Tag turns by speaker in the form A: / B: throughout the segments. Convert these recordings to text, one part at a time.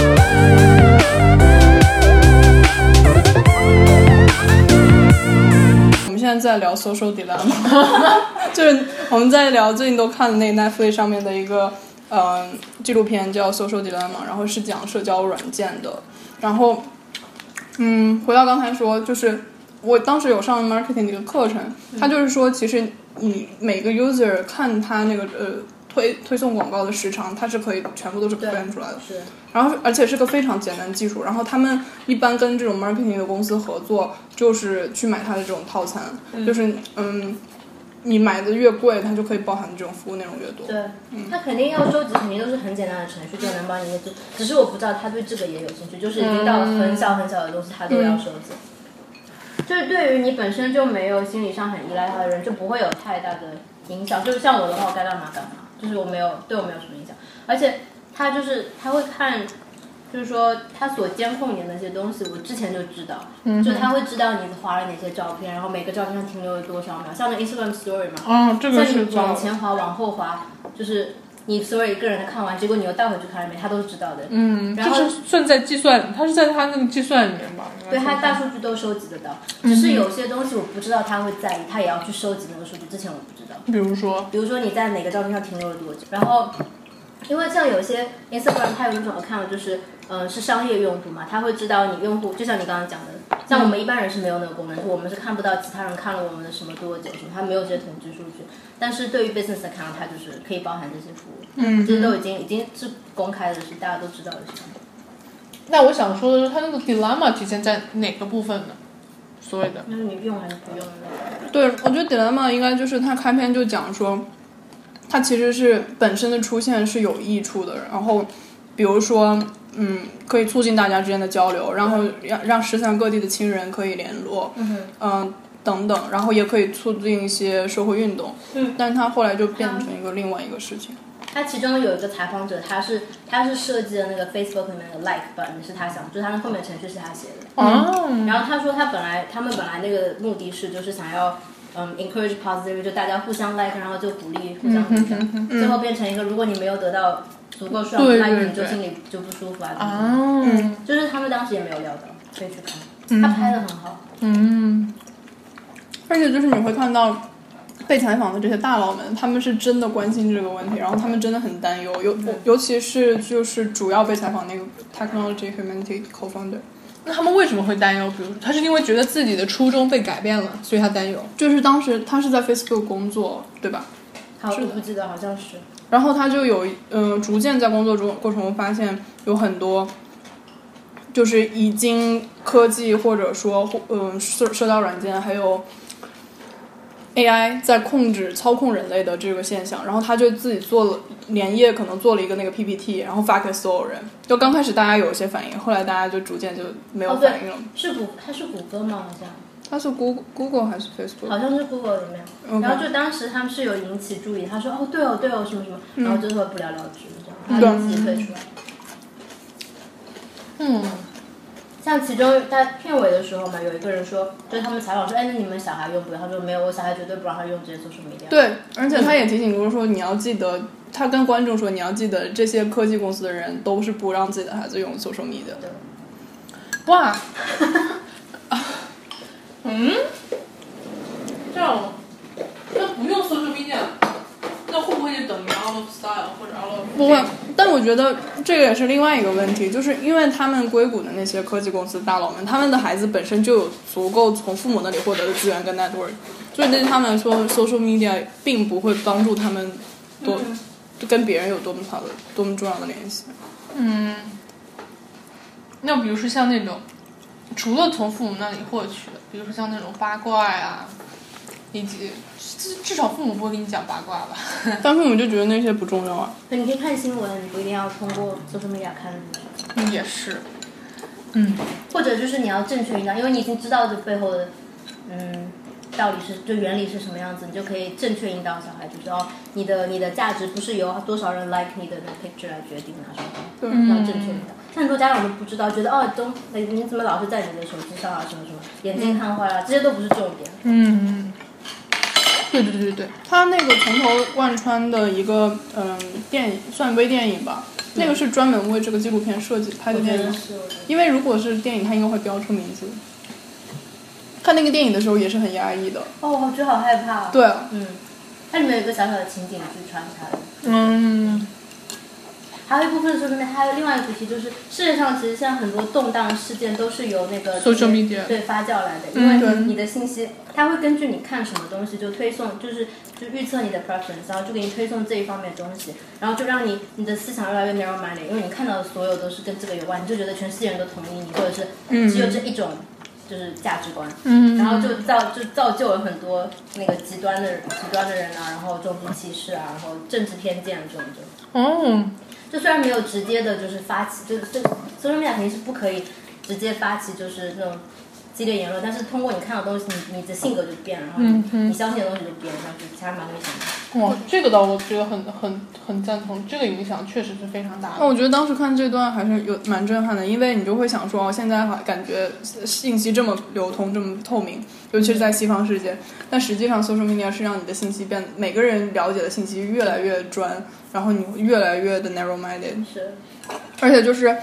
A: 我们现在在聊 social dilemma，就是我们在聊最近都看的那个 Netflix 上面的一个嗯、呃纪录片叫 social dilemma，然后是讲社交软件的。然后，嗯，回到刚才说，就是我当时有上 marketing 的一个课程，它就是说，其实你每个 user 看他那个呃推推送广告的时长，它是可以全部都是
B: 对
A: 表现出来的。
B: 是
A: 然后而且是个非常简单的技术。然后他们一般跟这种 marketing 的公司合作，就是去买它的这种套餐，就是嗯，你买的越贵，它就可以包含这种服务内容越多。
B: 对，他肯定要收集，肯定都是很简单的程序就能帮你做。只是我不知道他对这个也有兴趣，就是已经到了很小很小的东西，他都要收集。嗯就是对于你本身就没有心理上很依赖他的人，就不会有太大的影响。就像我的话，我该干嘛干嘛，就是我没有对我没有什么影响。而且他就是他会看，就是说他所监控你的那些东西，我之前就知道，就是他会知道你划了哪些照片，然后每个照片上停留了多少秒，像那 Instagram Story 嘛，
A: 哦，这
B: 像
A: 个是
B: 你往
A: 做
B: 前滑、往后滑，就是你所有一个人的看完，结果你又带回去看了没，他都是知道的。嗯，然后
C: 就是算在计算，它是在它那个计算里面吧？应该
B: 对
C: 是
B: 他大数据都收集得到，
A: 嗯
B: 只是有些东西我不知道他会在意，他也要去收集那个数据。之前我不知道，
C: 比如说，
B: 比如说你在哪个照片上停留了多久，然后因为像有些 Instagram 它有那种 account 就是嗯、呃是商业用途嘛，它会知道你用户，就像你刚刚讲的，像我们一般人是没有那个功能，我们是看不到其他人看了我们的什么多久什么，它没有这些统计数据。但是对于 business account 它就是可以包含这些服务，嗯，这都已经已经是公开的事，大家都知道的事情。
C: 那我想说的是，它那个 dilemma 体现在哪个部分呢？所谓的，
B: 那是你用还是不用的？
A: 对，我觉得 dilemma 应该就是它开篇就讲说，它其实是本身的出现是有益处的，然后比如说，嗯，可以促进大家之间的交流，然后让让世界上各地的亲人可以联络，嗯、等等，然后也可以促进一些社会运动，嗯，但是它后来就变成一个另外一个事情，
B: 他其中有一个采访者，他是他是设计的那个 Facebook 里面的 like button 是他想，就是他的后面程序是他写的。
C: 哦，
B: 然后他说他本来他们本来那个目的是就是想要嗯 encourage positive，就大家互相 like，然后就鼓励互相鼓
C: 嗯
B: 掌，最后变成一个如果你没有得到足够数量的
C: 对
B: like，
C: 对
B: 你就
C: 对
B: 心里就不舒服啊，怎么
C: 哦，
A: 嗯
B: 怎么就是他们当时也没有料到，可以去看，他拍的很好，
C: 嗯，
A: 而且就是你会看到。被采访的这些大佬们，他们是真的关心这个问题，然后他们真的很担忧，尤尤其是就是主要被采访那个 technology humanity co-founder，
C: 那他们为什么会担忧？比如他是因为觉得自己的初衷被改变了，所以他担忧。
A: 就是当时他是在 Facebook 工作，对吧？
B: 好，我不记得好像是，
A: 然后他就有嗯、逐渐在工作中过程中发现有很多，就是已经科技或者说嗯、社社交软件还有 AI 在控制操控人类的这个现象，然后他就自己做了连夜可能做了一个那个 PPT，然后发给所有人。就刚开始大家有一些反应，后来大家就逐渐就没有
B: 哦对
A: 反应了。
B: 是谷他是谷歌吗？好像。
A: 他是 Google Google 还是 Facebook？
B: 好像是 Google 里面，然后就当时他们是有引起注意，他说哦对哦对哦什么什么，然后就会不了了之，这样他就自己退出来。
C: 嗯，
B: 像其中在片尾的时候嘛，有一个人说，就是他们采访说，哎，那你们小孩用不用？他说没有，我小孩绝对不让他用这些 social media。
A: 对，而且他也提醒过说，你要记得，他跟观众说，你要记得，这些科技公司的人都是不让自己的孩子用 social media 的。
C: 哇，嗯，这样吗，那不用 social media，那会不会就等于 out of style 或者 out of
A: 不会，但我觉得这个也是另外一个问题，就是因为他们硅谷的那些科技公司大佬们，他们的孩子本身就有足够从父母那里获得的资源跟 network，所以对他们来说，social media 并不会帮助他们多、跟别人有多么好的、多么重要的联系。
C: 嗯，那比如说像那种，除了从父母那里获取的，比如说像那种八卦呀、以及至至少父母不会跟你讲八卦吧？
A: 但父母就觉得那些不重要啊。
B: 对，你可以看新闻，你不一定要通过 social media 看什么，
C: 也是，
B: 或者就是你要正确引导，因为你已经知道这背后的，嗯。道理是，就原理是什么样子，你就可以正确引导小孩，就是哦，你的你的价值不是由多少人 like 你的那个 picture 来决定拿什么。
A: 对，
B: 要正确的。像很多家长都不知道，觉得哦，都你你怎么老是在你的手机上啊，什么什么，眼睛看坏了，这些都不是重点。
C: 嗯，对对对对对，
A: 他那个从头贯穿的一个嗯、电影，算微电影吧，那个是专门为这个纪录片设计拍的
B: 我觉
A: 电
B: 得
A: 影，
B: 是，我觉得
A: 因为如果是电影，它应该会标出名字。看那个电影的时候也是很压抑的，
B: 哦，我觉得好害怕、哦。，
A: 对，
B: 嗯，它里面有一个小小的情景剧穿插的。
C: 嗯，
B: 还有一部分是什么呢？还有另外一个主题就是，世界上其实现在很多动荡事件都是由那个
C: Social media
B: 对发酵来的，
C: 嗯
B: 因
C: 对
B: 为你的信息，它会根据你看什么东西就推送，就是就预测你的 preference，然后就给你推送这一方面的东西，然后就让你你的思想越来越 narrow minded，因为你看到的所有都是跟这个有关，你就觉得全世界人都同意你，或者是只有这一种就是价值观，
C: 嗯
B: 然后就造就造就了很多那个极端的人极端的人啊，然后种族歧视啊，然后政治偏见啊这种这种。
C: 哦，
B: 就虽然没有直接的，就是发起，就是这 social media 肯定是不可以直接发起就是那种激烈言论，但是通过你看到东西，你你的性格就变了，然后你,、你相信的东西就变了，然后就其他蛮危险的。
C: 哇，这个倒我觉得很很很赞同，这个影响确实是非常大
A: 那
C: 的。
A: 我觉得当时看这段还是有蛮震撼的，因为你就会想说，哦，现在还感觉信息这么流通、这么透明，尤其是在西方世界，但实际上 social media 是让你的信息变，每个人了解的信息越来越专，然后你越来越的 narrow minded，
B: 是，
A: 而且就是，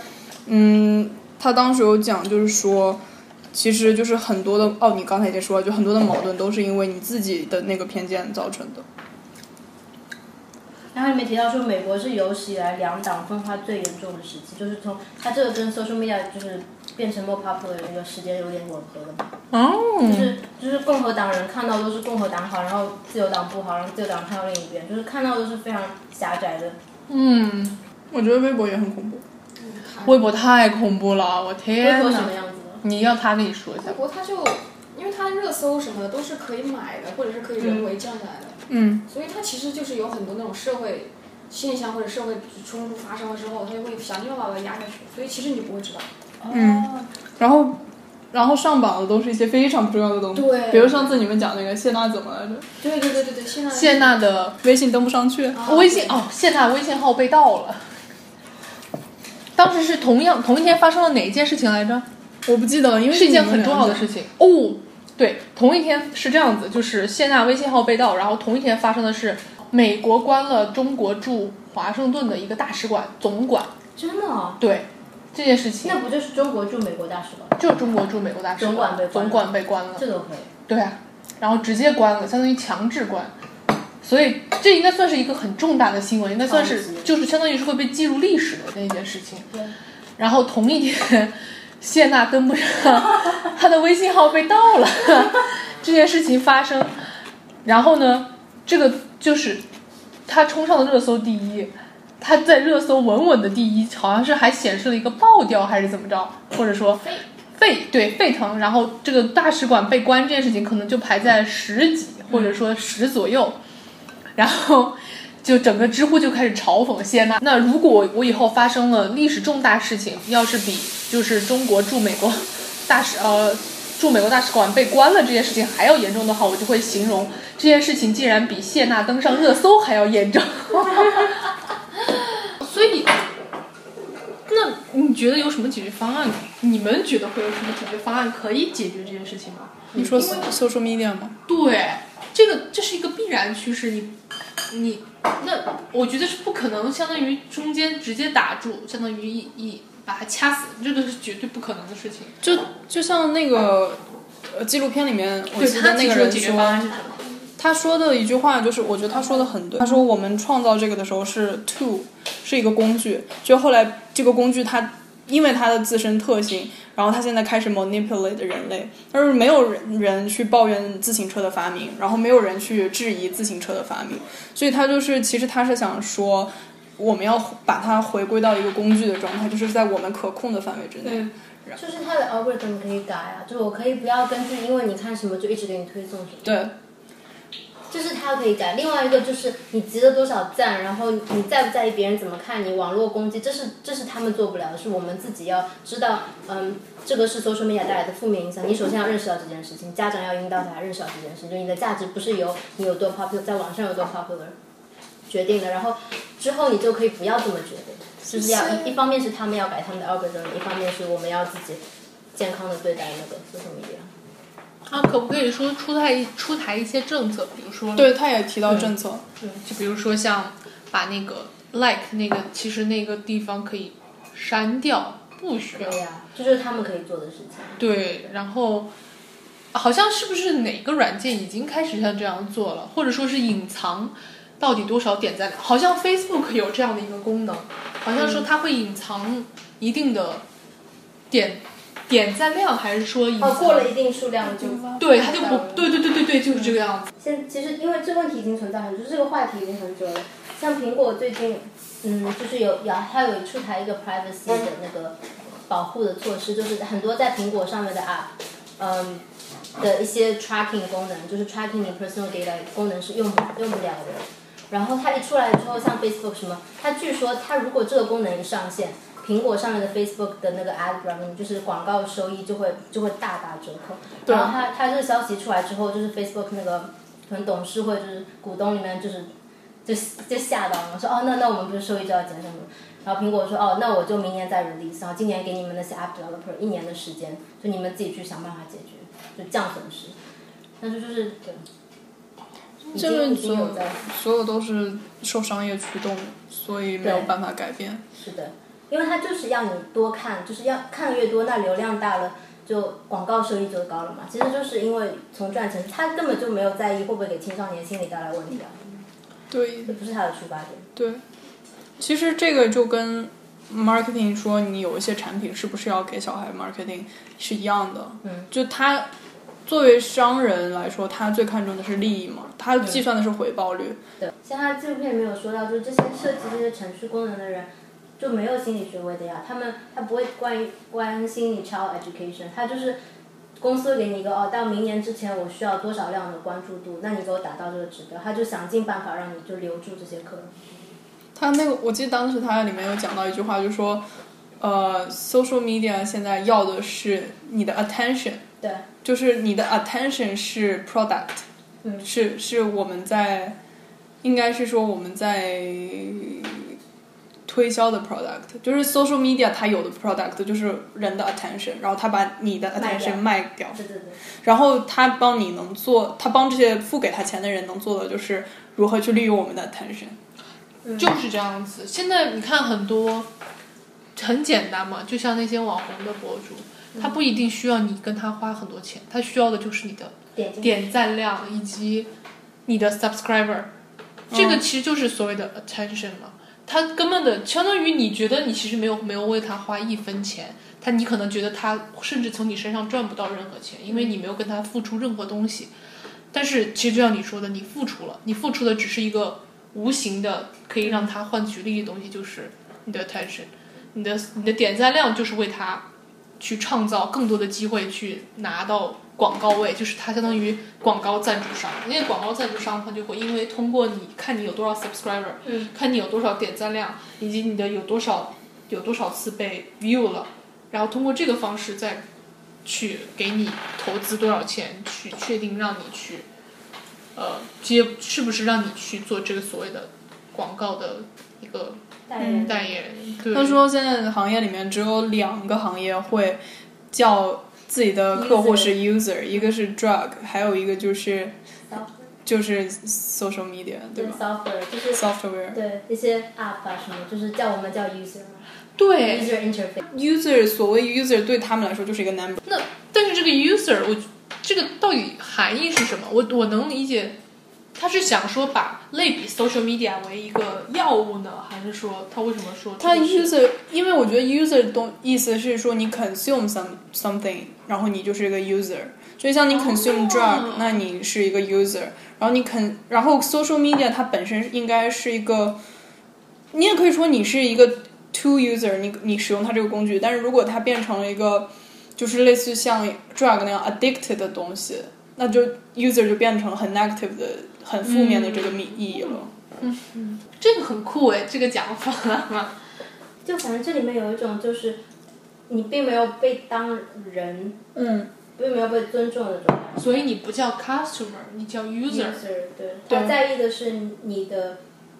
A: 嗯，他当时有讲，就是说，其实就是很多的哦，你刚才已经说了，就很多的矛盾都是因为你自己的那个偏见造成的。
B: 然后里面提到说，美国是有史以来两党分化最严重的时期，就是从它这个跟 social media 就是变成 more popular 的那个时间有点吻合的嘛。
C: 哦，
B: 就是就是共和党人看到都是共和党好，然后自由党不好，然后自由党看到另一边，就是看到都是非常狭窄的。
C: 嗯，
A: 我觉得微博也很恐怖，
C: 微博太恐怖了，我
B: 微
C: 天
A: 嗯
B: 博什
C: 哪
B: 么！样子的？
C: 你要他跟你说一下
D: 美，国它就因为它热搜什么的都是可以买的，或者是可以人为站起来的，
A: 嗯，
D: 所以它其实就是有很多那种社会现象或者社会冲突发生了之后，它就会想尽办法把它压下去，所以其实你不会知道。
A: 嗯
B: 哦
A: 然后。然后上榜的都是一些非常不重要的东西，
D: 对
A: 比如上次你们讲那个谢娜怎么来着，
D: 对对对对对，现在
C: 谢娜的
A: 微信登不上去，
D: 啊
C: 微信哦，谢娜微信号被盗了。当时是同样同一天发生了哪一件事情来着？
A: 我不记得了，因为
C: 是一件
B: 嗯
A: 你们
C: 很重要的
A: 俩
C: 事情哦。对，同一天是这样子，就是谢娜微信号被盗，然后同一天发生的是美国关了中国驻华盛顿的一个大使馆总馆。
B: 真的、哦？
C: 对，这件事情
B: 那不就是中国驻美国大使馆？
C: 就是中国驻美国大使
B: 总馆被关了
C: 总馆被关了。
B: 这都可以。
C: 对啊，然后直接关了，相当于强制关。所以这应该算是一个很重大的新闻，应该算
B: 超
C: 是
B: 级
C: 就是相当于是会被记入历史的那一件事情。
B: 对，
C: 然后同一天，谢娜跟不上， 她的微信号被盗了， 这件事情发生。然后呢，这个就是她冲上了热搜第一，她在热搜稳稳的第一，好像是还显示了一个爆掉还是怎么着，或者说
D: 沸
C: 沸对沸腾。然后这个大使馆被关这件事情，可能就排在十几或者说十左右，然后。就整个知乎就开始嘲讽谢娜。那如果我以后发生了历史重大事情，要是比就是中国驻美国大使呃驻美国大使馆被关了这件事情还要严重的话，我就会形容这件事情竟然比谢娜登上热搜还要严重。 所以，那你觉得有什么解决方案？你们觉得会有什么解决方案可以解决这件事情吗？
A: 你说 social media 吗？
C: 对，这个这是一个必然趋势，你你那我觉得是不可能，相当于中间直接打住，相当于一一把它掐死，这个是绝对不可能的事情。
A: 就就像那个呃纪录片里面，我记
C: 对他
A: 得那
C: 提
A: 个
C: 出的
A: 人
C: 解决方
A: 说，
C: 案是什么？
A: 他说的一句话就是，我觉得他说的很对。他说我们创造这个的时候是 to，是一个工具，就后来这个工具它因为它的自身特性，然后它现在开始 manipulate 人类，但是没有人人去抱怨自行车的发明，然后没有人去质疑自行车的发明，所以他就是其实他是想说。我们要把它回归到一个工具的状态，就是在我们可控的范围之内。
C: 嗯
B: 就是它的 algorithm 可以改啊，就是我可以不要根据因为你看什么就一直给你推送什么，
A: 对，
B: 这是它可以改。另外一个就是你集了多少赞，然后你在不在意别人怎么看你，网络攻击，这是这是他们做不了的，是我们自己要知道，嗯，这个是 social media 带来的负面影响。你首先要认识到这件事情，家长要引导小孩认识到这件事情，就你的价值不是由你有多 popular，在网上有多 popular 决定的，然后之后你就可以不要这么决定。就是要一一方面是他们要改他们的 algorithm，一方面是我们要自己健康的对待那个 social media。
C: 那可不可以说出台出台一些政策，比如说
A: 对，他也提到政策，
C: 对，就比如说像把那个 like 那个，其实那个地方可以删掉，不需要
B: 对。呀、这就是他们可以做的事情。
C: 对，然后好像是不是哪个软件已经开始像这样做了，或者说是隐藏到底多少点赞？好像 Facebook 有这样的一个功能，好像
B: 嗯
C: 说它会隐藏一定的点点赞量，还是说隐藏？
B: 哦，过了一定数量就
C: 对，它就不对对对对对，就是这
B: 嗯
C: 个样子。
B: 现其实因为这个问题已经存在很久，这个话题已经很久了。像苹果最近，嗯，就是有有它有出台一个 privacy 的那个保护的措施，就是很多在苹果上面的 app，嗯的一些 tracking 功能，就是 tracking 你 personal data 功能是用不用不了的。然后它一出来之后，像 Facebook 什么，它据说它如果这个功能一上线，苹果上面的 Facebook 的那个 ad revenue 就是广告收益就会就会大打折扣。然后它它这个消息出来之后，就是 Facebook 那个可能董事会就是股东里面就是就就吓到了，说哦那那我们不是收益就要减少吗？然后苹果说哦那我就明年再 release，然后今年给你们那些 app developer 一年的时间，就你们自己去想办法解决，就降损失。但是就是对，已
A: 这个
B: 经已经有在
A: 所有都是受商业驱动，所以没有办法改变。
B: 是的，因为它就是要你多看，就是要看的越多，那流量大了，就广告收益就高了嘛。其实就是因为从赚钱，他根本就没有在意会不会给青少年心理带来问题啊，
A: 对
B: 这不是他的出发点。
A: 对，其实这个就跟 marketing 说你有一些产品是不是要给小孩 marketing 是一样的。
B: 嗯，
A: 就他作为商人来说，他最看重的是利益嘛，他计算的是回报率。
B: 对，像他纪录片里面有说到，就是这些设计这些程序功能的人，就没有心理学位的呀，他们他不会关于关心你 child education，他就是公司会给你一个哦，到明年之前我需要多少量的关注度，那你给我达到这个指标，他就想尽办法让你就留住这些客人。
A: 他那个，我记得当时他里面有讲到一句话，就说，呃，social media 现在要的是你的 attention，
B: 对，
A: 就是你的 attention 是 product，
B: 嗯
A: 是是我们在，应该是说我们在推销的 product，就是 social media 它有的 product 就是人的 attention，然后它把你的
B: 卖掉
A: attention 卖掉，
B: 对对对。
A: 然后他帮你能做，他帮这些付给他钱的人能做的就是如何去利用我们的 attention，
C: 就是这样子。现在你看很多，很简单嘛，就像那些网红的博主，
B: 嗯
C: 他不一定需要你跟他花很多钱，他需要的就是你的
B: 点进去
C: 点赞量以及你的 subscriber，这个其实就是所谓的 attention 嘛。他根本的相当于你觉得你其实没有没有为他花一分钱，他你可能觉得他甚至从你身上赚不到任何钱，因为你没有跟他付出任何东西。但是其实就像你说的，你付出了，你付出的只是一个无形的可以让他换取利益的东西，就是你的 attention，你的你的点赞量就是为他去创造更多的机会去拿到广告位，就是它相当于广告赞助商。因为广告赞助商他就会因为通过你看你有多少 subscriber，、
B: 嗯、
C: 看你有多少点赞量，以及你的有多少有多少次被 view 了，然后通过这个方式再去给你投资多少钱，去确定让你去呃接是不是让你去做这个所谓的广告的一个
B: 代言人
C: 代言人。对
A: 他说现在的行业里面只有两个行业会叫自己的客户是 user，一个是 drug，还有一个就是嗯就是 social media，对
B: 对
A: 吧
B: software 就是
A: ？software
B: 对一些 app 啊什么，就是叫我们叫 user 嘛
C: 对，
B: user interface。
A: user 所谓 user 对他们来说就是一个 number，
C: 那但是这个 user 我这个到底含义是什么？我我能理解，他是想说把类比 social media 为一个药物呢，还是说他为什么说
A: 它
C: 这个是
A: user 因为我觉得 user 东意思是说你 consume some something，然后你就是一个 user。所以像你 consume drug，、那你是一个 user，然后你肯，然后 social media 它本身应该是一个，你也可以说你是一个 to user，你你使用它这个工具，但是如果它变成了一个就是类似像 drug 那样 addicted 的东西，那就 user 就变成很 negative 的、很负面的这个意义了。
C: 这个很酷哎，这个讲法
B: 就反正这里面有一种就是你并没有被当人，
A: 嗯，
B: 并没有被尊重的状态。
C: 所以你不叫 customer，你叫 user。
B: user 对，他在意的是你的，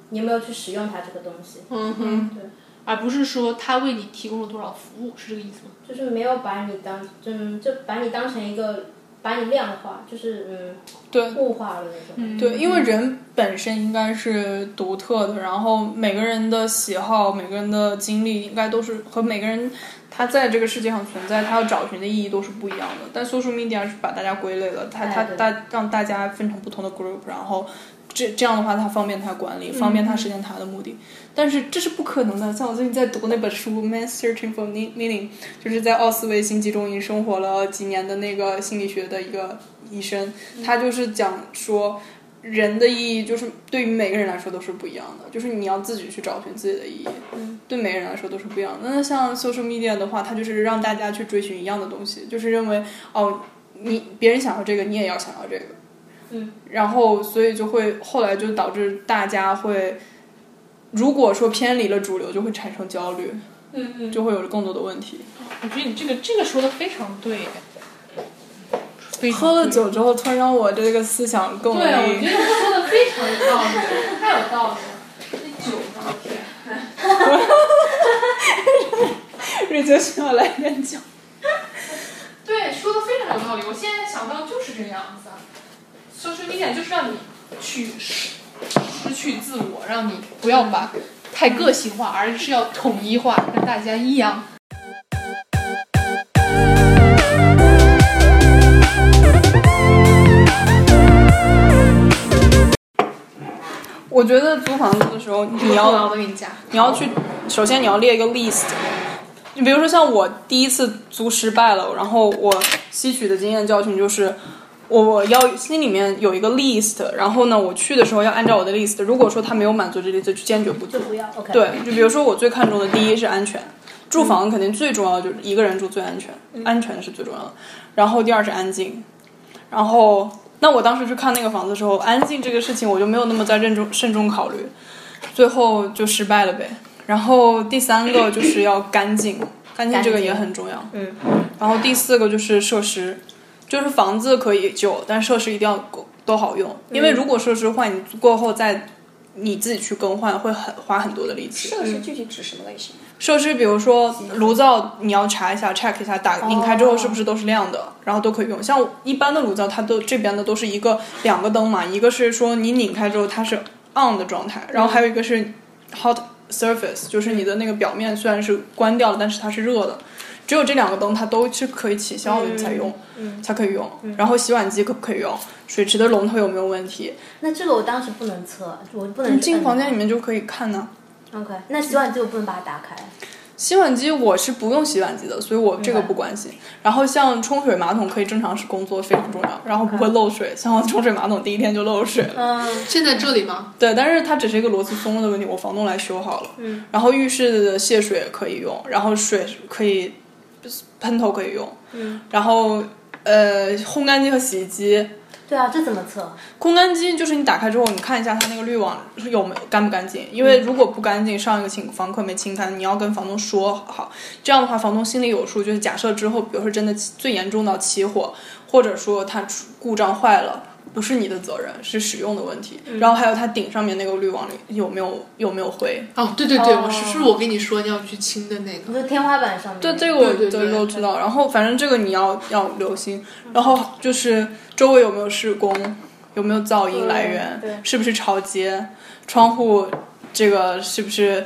B: 你有没有去使用它这个东西，
C: 嗯哼，
B: 对，
C: 而不是说他为你提供了多少服务，是这个意思吗？
B: 嗯就是没有把你当真，就把你当成一个。把你量化，就是
A: 对
B: 嗯，物化了那种。
A: 对，因为人本身应该是独特的，然后每个人的喜好、每个人的经历，应该都是和每个人他在这个世界上存在，他要找寻的意义都是不一样的。但 social media 是把大家归类了，它它
B: 嗯哎对
A: 大让大家分成不同的 group，然后这这样的话，它方便他管
B: 嗯
A: 理，方便他实现他的目的。但是这是不可能的。像我最近在读那本书《Man Searching for Meaning》，就是在奥斯维辛集中营生活了几年的那个心理学的一个医生，
B: 嗯
A: 他就是讲说。人的意义就是对于每个人来说都是不一样的，就是你要自己去找寻自己的意义，
B: 嗯
A: 对每个人来说都是不一样的。那像 social media 的话，它就是让大家去追寻一样的东西，就是认为哦，你别人想要这个，你也要想要这个，
B: 嗯，
A: 然后所以就会后来就导致大家会，如果说偏离了主流，就会产生焦虑，
B: 嗯嗯，
A: 就会有更多的问题。
C: 我觉得你这个这个说的非常对，非常
A: 喝了
C: 对
A: 酒之后，突然让我这个思想更
C: 对，我
A: 为
C: 觉得他说的非常有道理， 太有道理了。那酒呢？天，
A: 瑞秋需要来点酒。
C: 对，说的非常有道理。我现在想到就是这个样子啊，social media 就是让你去失失去自我，让你不要把太个性化，而是要统一化，跟大家一样。
A: 我觉得租房子的时候，你
C: 我
A: 要
C: 要给你加。
A: 你要去，首先你要列一个 list。你比如说像我第一次租失败了，然后我吸取的经验教训就是，我我要心里面有一个 list，然后呢，我去的时候要按照我的 list。如果说他没有满足这 list，就坚决不租
B: 就。不要 OK。
A: 对，就比如说我最看重的第一是安全，住房肯定最重要的就是一个人住最安全，安全是最重要的。然后第二是安静，然后那我当时去看那个房子的时候，安静这个事情我就没有那么在慎重慎重考虑，最后就失败了呗。然后第三个就是要干净，干净这个也很重要。
B: 嗯，
A: 然后第四个就是设施，就是房子可以旧，但设施一定要够都好用，因为如果设施坏，你过后再你自己去更换会很花很多的力气。
E: 设施具体指什么类型？
A: 设施，比如说炉灶，你要查一下、check 一下，打拧开之后是不是都是亮的，然后都可以用。像一般的炉灶，它都这边的都是一个两个灯嘛，一个是说你拧开之后它是 on 的状态，然后还有一个是 hot surface，就是你的那个表面虽然是关掉了，但是它是热的。只有这两个灯，它都是可以起效的才用，才可以用。然后洗碗机可不可以用？水池的龙头有没有问题？
B: 那这个我当时不能测，我不能
A: 进房间里
B: 面。
A: 面就可以看呢、
B: OK，那洗碗机我不能把它打开。
A: 洗碗机我是不用洗碗机的，所以我这个不关心。然后像冲水马桶可以正常是工作，非常重要，然后不会漏水。像我冲水马桶第一天就漏水了，
B: 嗯，
C: 现在这里吗？
A: 对， 但是它只是一个螺丝松了的问题，我房东来修好了。嗯，然后浴室的泄水可以用，然后水可以喷头可以用，嗯，然后呃烘干机和洗衣机。
B: 对啊，这怎么测？
A: 烘干机就是你打开之后，你看一下它那个滤网是有没有干不干净，因为如果不干净，上一个请房客没清单，你要跟房东说好，这样的话房东心里有数。就是假设之后，比如说真的起最严重到起火，或者说它出故障坏了，不是你的责任，是使用的问题。然后还有它顶上面那个滤网里有没有有没有灰，
C: 哦，对对对，
B: 哦
C: 我是是我跟你说你要去清的那
B: 你
C: 个。
B: 说天花板上面。
A: 对这个
C: 对
A: 我
C: 对
A: 都
C: 对
A: 都知道。然后反正这个你要要留心，然后就是周围有没有施工，有没有噪
C: 嗯
A: 音来源
B: 对对，
A: 是不是潮街，窗户这个是不是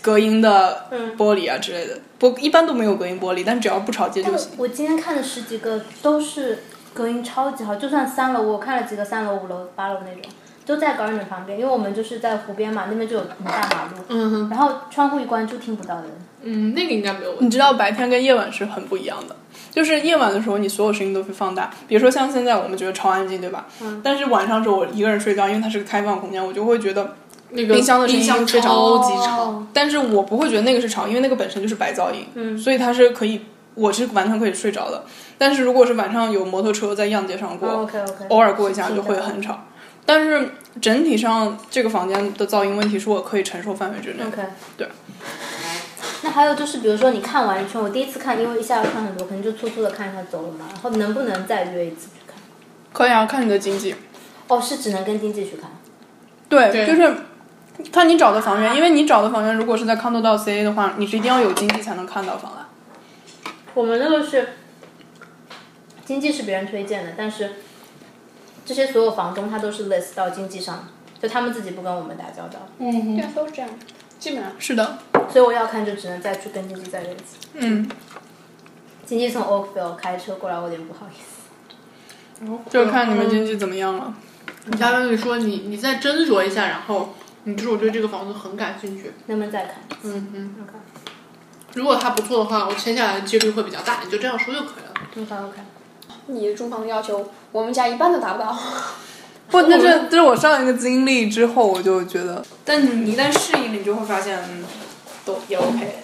A: 隔音的
B: 嗯
A: 玻璃啊之类的。不，一般都没有隔音玻璃，但只要不潮街
B: 但
A: 就
B: 我
A: 行。
B: 我今天看了十几个，都是隔音超级好，就算三楼，我看了几个三楼、五楼、八楼那种，都在 garden 旁边，因为我们就是在湖边嘛，那边就有很大马路，
C: 嗯哼，
B: 然后窗户一关就听不到人。
C: 嗯，那个应该没有问
A: 你
C: 题。
A: 知道白天跟夜晚是很不一样的，就是夜晚的时候，你所有声音都会放大。比如说像现在我们觉得超安静，对吧？嗯。但是晚上的时候，我一个人睡觉，因为它是个开放空间，我就会觉得
C: 那个
A: 冰箱的声音
C: 冰箱
A: 非常
C: 超级吵。
B: 哦
A: 但是我不会觉得那个是吵，因为那个本身就是白噪音，所以它是可以，我是完全可以睡着的。但是如果是晚上有摩托车在样街上过，
B: OK OK，
A: 嗯偶尔过一下就会很吵。但是整体上，这个房间的噪音问题是我可以承受范围之内。
B: OK。
A: 对。
B: 那还有就是，比如说你看完一圈，我第一次看，因为一下要看很多，可能就粗粗的看一下走了嘛。然后能不能再约一次去看？
A: 可以啊，看你的经济。
B: 哦，是只能跟经济去看。
A: 对，
C: 对
A: 就是看你找的房源，因为你找的房源如果是在康德道 CA 的话，你是一定要有经济才能看到房啊。
B: 我们那个是经济是别人推荐的，但是这些所有房东他都是 list 到经济上，就他们自己不跟我们打交道，
F: 嗯
D: 对
F: 哼，
D: 啊，都是这样，基本上。
F: 是的，
B: 所以我要看就只能再去跟经济再联系。
F: 嗯，
B: 经济从 Oakville 开车过来，我有点不好意思。
F: 就看你们经济怎么样了。
C: 你下嗯面跟你说，你你再斟酌一下，然后你就是我对这个房子很感兴趣。
B: 能不能再看？
C: 嗯嗯，
B: OK
C: 如果它不错的话，我签下来的几率会比较大，你就这样说就可以了。
B: OK OK。
D: 你的住房的要求，我们家一半都达不到。
F: 不，那这这是我上一个经历之后，我就觉得，
A: 但你一旦适应了，你就会发现，嗯，都也 OK。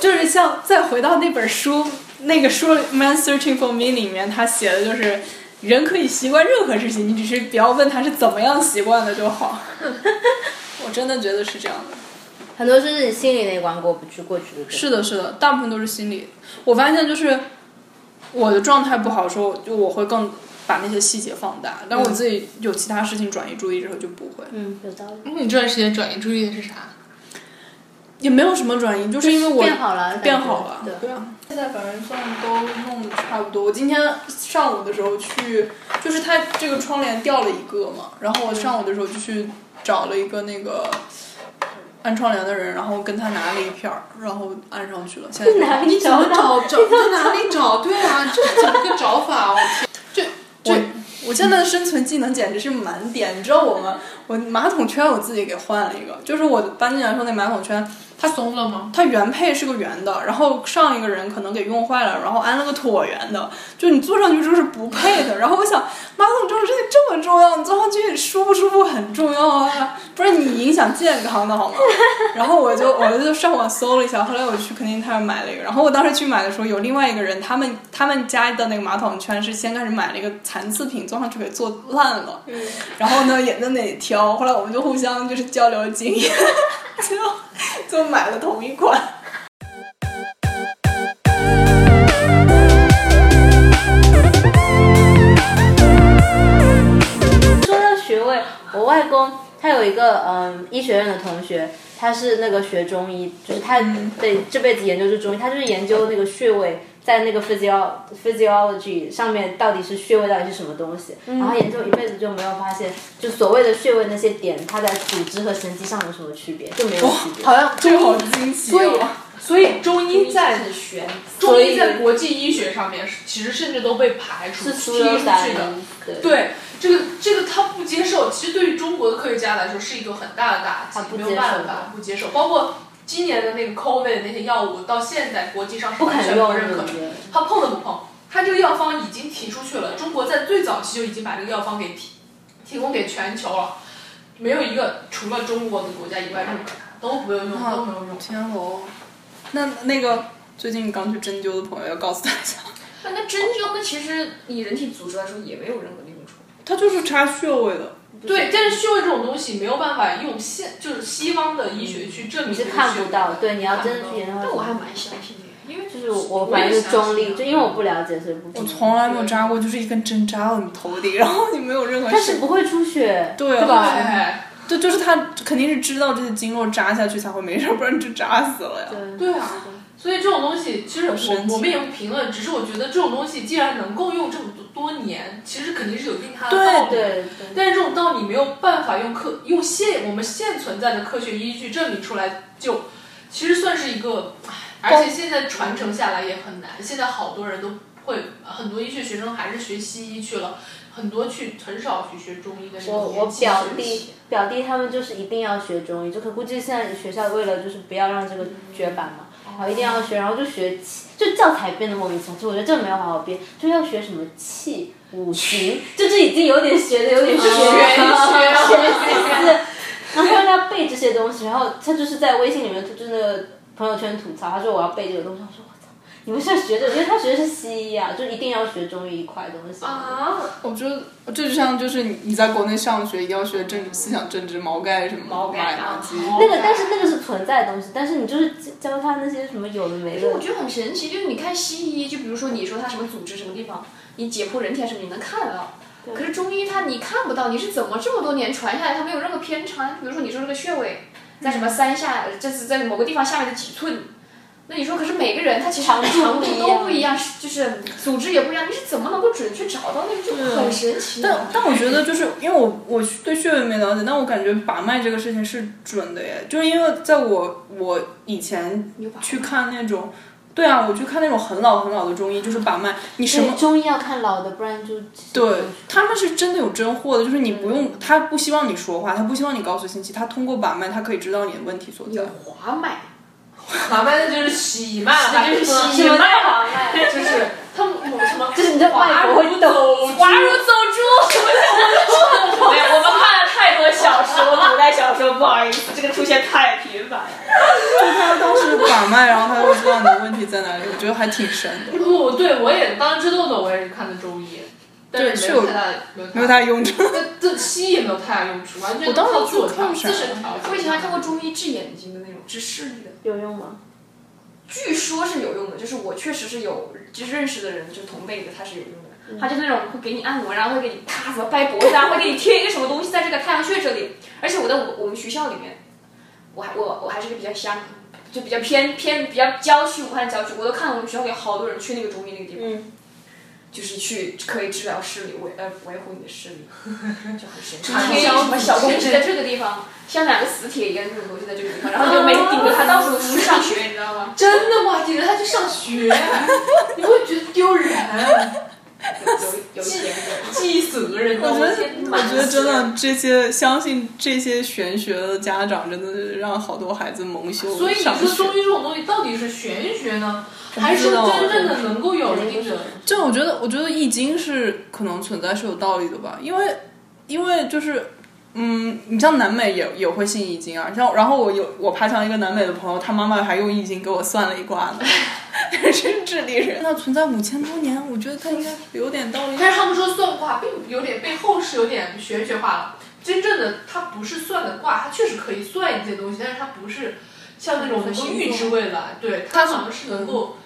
A: 就是像再回到那本书，那个书《Man Searching for Me》里面，他写的就是人可以习惯任何事情，你只是不要问他是怎么样习惯的就好。 我真的觉得是这样的。
B: 很多是你心里那关过不去，过去的。
A: 是的，是的，大部分都是心理。我发现就是我的状态不好的时候，就我会更把那些细节放大，但
F: 嗯
A: 我自己有其他事情转移注意之后就不会。
B: 嗯，有道理。
C: 那你这段时间转移注意力是啥？
A: 也没有什么转移，就是因为我
B: 变好了，
A: 变好了
B: 感觉对，
A: 对啊，现在反正算都弄得差不多。我今天上午的时候去，就是它这个窗帘掉了一个嘛，然后我上午的时候就去找了一个那个安窗帘的人，然后跟他拿了一片儿，然后安上去了。现在就
B: 哪里
C: 怎
B: 找
C: 么
B: 到？
C: 找 找在哪里找？对啊，这是怎么个找法？我天，
A: 我我现在的生存技能简直是满点，你知道我吗？ 我马桶圈我自己给换了一个，就是我搬进来的时候那马桶圈
C: 它松了吗？
A: 它原配是个圆的，然后上一个人可能给用坏了，然后安了个椭圆的，就你坐上去就是不配 的。然后我想，马桶这种事情这么重要，你坐上去舒不舒服很重要啊，不然你影响健康的好吗？然后我就我就上网搜了一下，后来我去肯定他买了一个，然后我当时去买的时候有另外一个人，他们他们家的那个马桶圈是先开始买了一个残次品，坐上去给坐烂了，
B: 嗯
A: 然后呢也在那里挑，后来我们就互相就是交流经验， 最后就买了同一款。
B: 说到学位，我外公他有一个嗯医学院的同学，他是那个学中医，就是他
A: 嗯
B: 对这辈子研究是中医，他就是研究那个穴位。在那个 physio physiology 上面到底是穴位到底是什么东西，
A: 嗯
B: 然后研究一辈子就没有发现，就所谓的穴位那些点，它在组织和神经上有什么区别，就没有区别。
A: 像这个好惊喜、哦，
C: 所以中医在
D: 很悬，
C: 中医在国际医学上面是，其实甚至都被排除
B: 是
C: 踢
B: 苏
C: 出
B: 州
C: 去
B: 散
C: 的。
B: 对
C: 对，这个这个他不接受，其实对于中国的科学家来说是一个很大的打击
B: 他，啊不
C: 没
B: 接
C: 有办法不接受。包括今年的那个 COVID 那些药物，到现在国际上是
B: 不
C: 完
B: 肯
C: 全不
B: 用
C: 认
B: 对
C: 可的
B: 不。对？
C: 他碰都不碰。他这个药方已经提出去了，中国在最早期就已经把这个药方给提提供给全球了，没有一个除了中国的国家以外认可它，都没有
B: 嗯
C: 用，
A: 啊
C: 都没有用。
A: 天楼。那那个最近刚去针灸的朋友要告诉他一 下，
D: 那 那针灸呢？其实你人体组织来说也没有任何的用处。
A: 他就是插穴位的。
C: 对，但是穴位这种东西没有办法用现就是西方的医学去证
B: 你嗯
C: 明
B: 是
C: 这个
B: 看
C: 穴位
B: 不到，对，你要真的
C: 看
B: 去
C: 不到
B: 研究它
D: 但
B: 是什么。
D: 我还蛮相信的，因为
B: 就是我
C: 我也
B: 反正是
C: 相信
B: 中立，
C: 啊
B: 就因为我不了解，所以不。
A: 我从来没有扎过，就是一根针扎到你头顶，然后你没有任何
B: 但
A: 事
B: 是。不会出血，
A: 对
B: 对
A: 啊，
B: 吧？
C: 哎
A: 对，就是他肯定是知道这些经络扎下去才会没事，不然就扎死了呀。
B: 对
C: 对啊，所以这种东西其实
A: 好神
C: 我
A: 奇
C: 我们也不评论，只是我觉得这种东西既然能够用这么多多年，其实肯定是有一定它的
A: 对
C: 道理的。
B: 对对，
C: 但是这种道理没有办法用科用现我们现存在的科学依据证明出来，就其实算是一个，唉而且现在传承下来也很难。现在好多人都会，很多医学学生还是学西医去了，很多去很少去学中医的那
B: 我
C: 种
B: 我
C: 延期学习。
B: 表弟表弟他们就是一定要学中医，就可估计现在学校为了就是不要让这个绝版嘛，
C: 哦
B: 然后一定要学，然后就学气，就教材变得莫名其妙，就我觉得这没有好好编，就要学什么气五行，就这已经有点学的有点学
C: 学
B: 了。
C: 学
B: 是，然后他背这些东西，然后他就是在微信里面，就是那个朋友圈吐槽，他说我要背这个东西，我说我操，你们是要学这个，因为他学的是西医啊，就一定要学中医一块东西。
C: 啊，
A: 我觉得这就像就是你你在国内上学一定要学政治思想、政治毛概什么
D: 毛概
A: 买
D: 啊
A: 嘛鸡。
B: 那个，但是那个是存在的东西，但是你就是教他那些什么有的没的
D: 我，觉得很神奇，就是你看西医，就比如说你说它什么组织什么地方，你解剖人体啊什么，你能看得到。可是中医它你看不到，你是怎么这么多年传下来，它没有任何偏差？比如说你说这个穴位在什么三下，这是在某个地方下面的几寸，那你说，可是每个人他其实长度都不一样，是就是组织也不一样，你是怎么能够准确找到那个？就很神奇。
A: 但但我觉得就是因为我我对穴位没了解，但我感觉把脉这个事情是准的耶，就是因为在我我以前
D: 你有把
A: 去看那种，对啊，我去看那种很老很老的中医，就是把脉，你什
B: 所
A: 么
B: 以中医要看老的，不然就
A: 对，他 们是真的有真货的，就是你不
C: 嗯
A: 用，他不希望你说话，他不希望你告诉信息，他通过把脉，他可以知道你的问题所在
D: 有。滑脉，
C: 麻烦那就是喜脉了，
D: 那就是
C: 喜
D: 喜脉
C: 了，就是
D: 他们有什么？
B: 就是你在外国会懂，
D: 滑如走珠，什么走珠？我们看了太多小说， 古代小说，不好意思，这个出现太频繁了。
A: 他当时把脉，然后他会知道你的问题在哪里，我觉得还挺神的，
C: 我对我也当知豆豆，我也是看的中医，但
A: 对是
C: 是没
A: 有
C: 有太大
A: 没有
C: 太大，
A: 他用处。
C: 这这西医也没有太大用处，完全
A: 我当时
C: 靠自我
A: 看
C: 调
A: 不上
C: 自身调节。
D: 我以前还看过中医治眼睛的那种，治视力的，
B: 有用吗？
D: 据说是有用的，就是我确实是有，就是认识的人，就同辈的，他是有用的。他就那种会给你按摩，然后会给你咔怎么掰脖子啊，会给你贴一个什么东西在这个太阳穴这里。而且我在我我们学校里面，我还我我还是个比较乡，就比较偏偏比较郊区，武汉郊区，我都看我们学校有好多人去那个中医那个地方，
B: 嗯
D: 就是去可以治疗视力，维呃维护你的视力，就很神奇。
C: 传
D: 贴一
C: 销
D: 个什么小
C: 组
D: 东
C: 织
D: 西在这个地方，像两个磁铁一样那种东西在这个地方，然后就没顶着它到处去上学，你知道吗？
C: 真的吗？顶着他去上学， 你会觉得丢人，
D: 有有一点点。
C: 记忆损了人。
A: 我觉得，我
C: 满
A: 觉得真的这些相信这些玄学的家长，真的是让好多孩子蒙羞
C: 所以你
A: 上
C: 说
A: 学。
C: 中医这种东西到底是玄学呢，
A: 我
C: 还
A: 不
C: 是
A: 知道
C: 真正的能够有一定的？
A: 就我觉得，我觉得《易经》是可能存在是有道理的吧，因为因为就是。嗯，你像南美也也会信易经啊，像然后我有我爬墙一个南美的朋友，他妈妈还用易经给我算了一卦呢， 是智利人，那存在五千多年，我觉得他应该有点道理。
C: 但是他们说算卦并有点被后世有点玄学化了。真正的它不是算的卦，它确实可以算一些东西，但是它不是像那种能够预知未来，对，它好像是能够，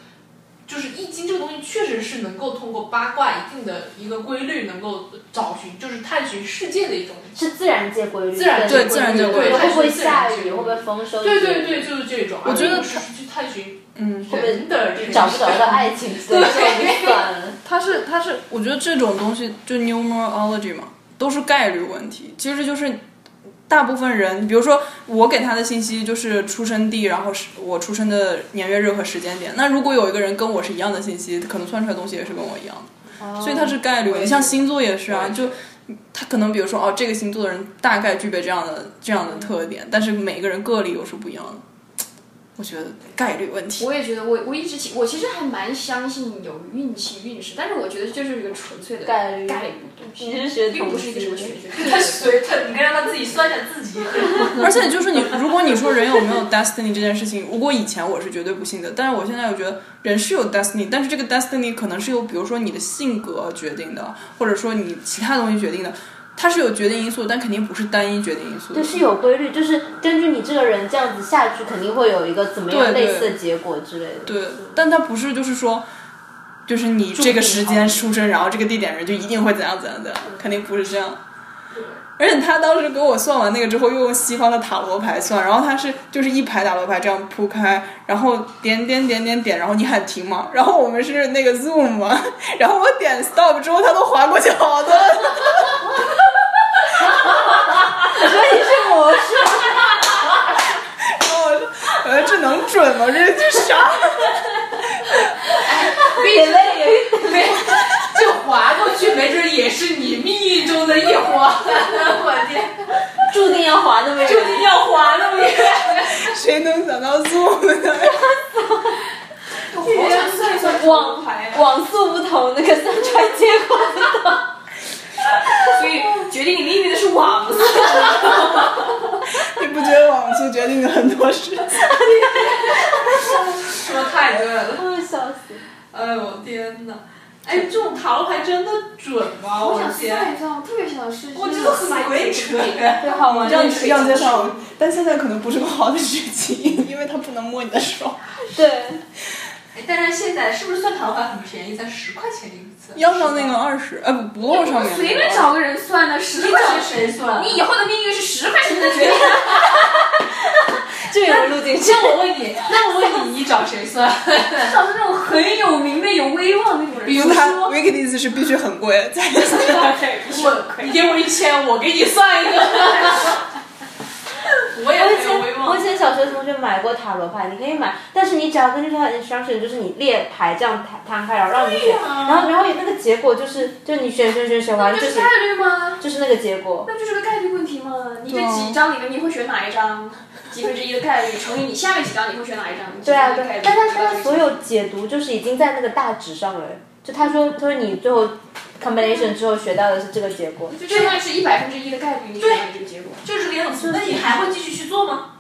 C: 就是易经这个东西确实是能够通过八卦一定的一个规律，能够找寻就是探寻世界的一种。
B: 是自然界规律，
C: 自然
A: 对自然界规律
B: 会不会
C: 对自然
B: 下
C: 界
B: 雨，会不会丰收？
C: 对对对，，就是这种。
A: 我觉得
C: 而不是去探寻
A: 嗯，
C: 人的人
B: 找不找得到 爱情，所以就算了。
A: 他是他是，我觉得这种东西就 numerology 嘛，都是概率问题，其实就是。大部分人，比如说我给他的信息就是出生地，然后是我出生的年月日和时间点。那如果有一个人跟我是一样的信息，可能算出来的东西也是跟我一样的，所以它是概率问题。像星座哦也是啊，就他可能比如说哦，这个星座的人大概具备这样的这样的特点，但是每个人个例又是不一样的。我觉得概率问题，
D: 我也觉得我，我一直其我其实还蛮相信有运气运势，但是我觉得这就是一个纯粹的
B: 概率
D: 概率的东西，
B: 你是学
D: 并不是一个什么
B: 学
D: 玄学。
C: 他随他，你让他自己算一下自己。
A: 而且就是你，如果你说人有没有 destiny 这件事情，如果以前我是绝对不信的，但是我现在又觉得人是有 destiny，但是这个 destiny 可能是由比如说你的性格决定的，或者说你其他东西决定的，它是有决定因素，但肯定不是单一决定因素的
B: 就。是有规律，就是根据你这个人这样子下去，肯定会有一个怎么样
A: 对对
B: 类似的结果之类的。
A: 对，但它不是就是说，就是你这个时间出生，然后这个地点人就一定会怎样怎样怎样，肯定不是这样。而且他当时给我算完那个之后，又用西方的塔罗牌算，然后他是就是一排塔罗牌这样铺开，然后点点点点点，然后你喊停嘛，然后我们是那个 Zoom 嘛， 然后我点 Stop 之后，他都划过去好多。
B: 所以是魔术，
A: 然 后我说，呃，这能准吗？这这啥？
B: 眼泪 也
C: 没， 就划过去，没准也是你命运中的一 划。我天，
B: 注定要滑那么远。
C: 要划那 么远，
A: 谁能想到 Zoom 呢？
C: 我想算一算
B: 网
C: 牌
B: 网速不同，那个算出来结果 不同。
D: 所以决定你命运的是网络，
A: 你不觉得网速决定了很多事 情？
C: 说太对了。
B: 我笑死。
C: 哎呦天哪！哎，这种塔罗牌真的准吗？
D: 我
C: 我
D: 想
C: 的天，
D: 算一算，我特别想试试。
C: 我觉得很鬼扯呀。
B: 对，好玩。
A: 这样子要介绍，但现在可能不是个好的时机， 因为他不能摸你的手。
B: 对，
C: 哎但是现在是不是算塔罗牌很便宜，才十块钱一次？
A: 要上那个二十，哎，不不够上面。
D: 随便找个人算的，十
C: 你
D: 块
C: 找
D: 钱
C: 谁算？
D: 你以后的命运是十块钱的决定。
B: 这个有录进去。
C: 那我问你，那我问你，你找谁算？
D: 上次那种很有名的、有威望那种人，
A: 比如他 w i k 的意思是必须很贵，在
C: 我你给我一千，我给你算一 个。我
B: 我以
C: 也很有威
B: 前我
C: 望
B: 以。前小学同学买过塔罗牌，你可以买，但是你只要根据它的 instruction，就是你列牌这样摊摊开，然后让你选，然后然后那个结果就是，就你选选选选完
D: 那
B: 就
D: 就是是概率吗？
B: 就是那个结果。
D: 那就是个概率问题嘛。你
A: 对
D: 这
A: 啊
D: 几张里面你会选哪一张？几分之一的概率乘以你下面几张你会选哪一张？
B: 对啊，
D: 对
B: 对，但是他的所有解读就是已经在那个大纸上了，就他说他说你最后 combination 之后学到的是这个结果，
D: 就相当于是一百分之一的概率，你选哪一个结果？
C: 就是这个样子，那你还会继续去做吗？